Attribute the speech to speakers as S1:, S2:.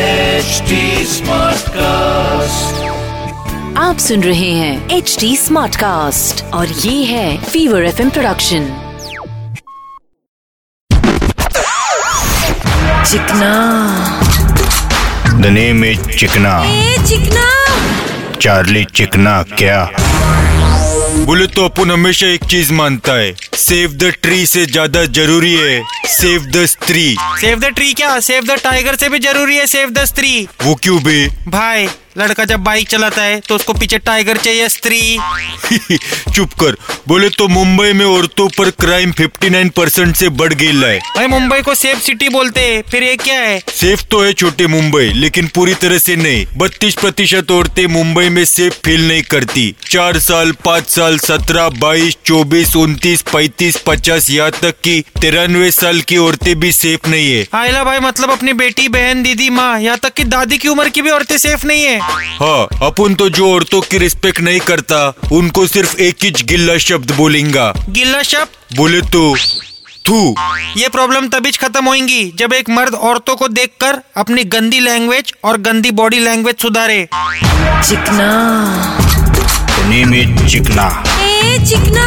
S1: HD Smartcast.
S2: आप सुन रहे हैं एच डी स्मार्ट कास्ट और ये है फीवर एफ प्रोडक्शन चिकना
S3: The name is चिकना
S2: ए चिकना
S3: चार्ली चिकना क्या
S4: बोले तो अपन हमेशा एक चीज मानता है सेव द ट्री से ज्यादा जरूरी है सेव द स्त्री
S5: सेव द ट्री क्या सेव द टाइगर से भी जरूरी है सेव द स्त्री
S4: वो क्यों बे
S5: भाई लड़का जब बाइक चलाता है तो उसको पीछे टाइगर चाहिए स्त्री
S4: चुप कर बोले तो मुंबई में औरतों पर क्राइम 59 परसेंट से बढ़ गया है
S5: भाई मुंबई को सेफ सिटी बोलते हैं फिर ये क्या है
S4: सेफ तो है छोटे मुंबई लेकिन पूरी तरह से नहीं बत्तीस प्रतिशत औरतें मुंबई में सेफ फील नहीं करती चार साल पाँच साल सत्रह बाईस चौबीस उनतीस पैंतीस पचास यहाँ तक कि तिरानवे साल की औरतें भी सेफ नहीं है
S5: आयला भाई मतलब अपनी बेटी बहन दीदी माँ यहाँ तक कि दादी की उम्र की भी औरतें सेफ नहीं है
S4: हाँ अपन तो जो औरतों की रिस्पेक्ट नहीं करता उनको सिर्फ एक ही गिल्ला शब्द बोलेंगा
S5: गिल्ला शब्द
S4: बोले तो तू
S5: ये प्रॉब्लम तभी खत्म होगी जब एक मर्द औरतों को देखकर अपनी गंदी लैंग्वेज और गंदी बॉडी लैंग्वेज सुधारे
S2: चिकना
S3: The name is चिकना
S2: ए चिकना